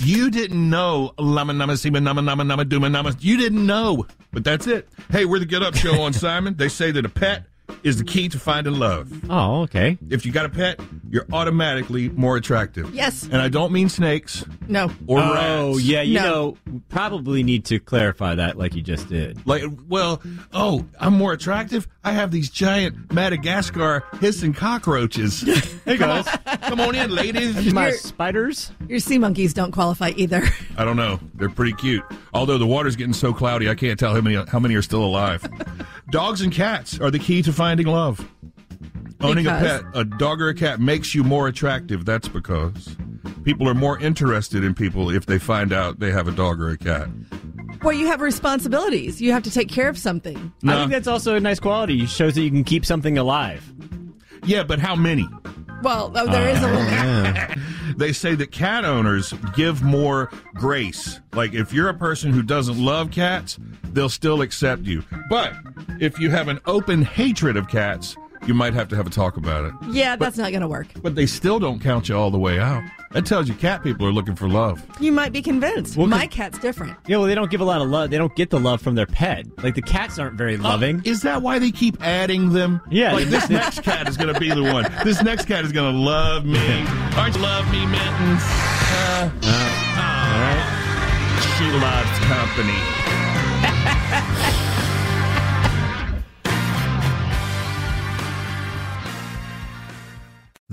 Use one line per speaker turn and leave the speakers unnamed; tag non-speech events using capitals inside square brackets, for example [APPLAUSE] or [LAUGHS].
You didn't know lama nama sima nama nama nama duma nama. You didn't know, but that's it. Hey, we're the Get Up Show on Simon. They say that a pet is the key to finding love.
Oh, okay.
If you got a pet, you're automatically more attractive.
Yes.
and I don't mean snakes
No.
or
Oh,
rats.
yeah. You
No.
know, we probably need to clarify that, like you just did.
Like, well, oh, I'm more attractive. I have these giant Madagascar hissing
[LAUGHS]
cockroaches. hey guys, come on in, ladies.
My spiders.
Your sea monkeys don't qualify either. [LAUGHS]
I don't know. They're pretty cute. Although the water's getting so cloudy, I can't tell how many how many are still alive. Dogs and cats are the key to finding love. Owning
Because?
a pet, a dog or a cat, makes you more attractive. That's because people are more interested in people if they find out they have a dog or a cat.
well, you have responsibilities. You have to take care of something.
I think that's also a nice quality. It shows that you can keep something alive.
Yeah, but how many?
Well, oh, there is a limit.
They say that cat owners give more grace. Like if you're a person who doesn't love cats, they'll still accept you. But if you have an open hatred of cats, you might have to have a talk about it.
Yeah, that's not going to work.
But they still don't count you all the way out. That tells you cat people are looking for love.
You might be convinced.
Well, 'cause-
My cat's different.
Yeah, well, they don't give a lot of love. They don't get the love from their pet. Like the cats aren't very Uh, loving.
Is that why they keep adding them?
Yeah.
Like this next cat is going to be the one. This next cat is going to love me. Aren't you love me, mittens? Uh,
Oh.
aw. She loves company.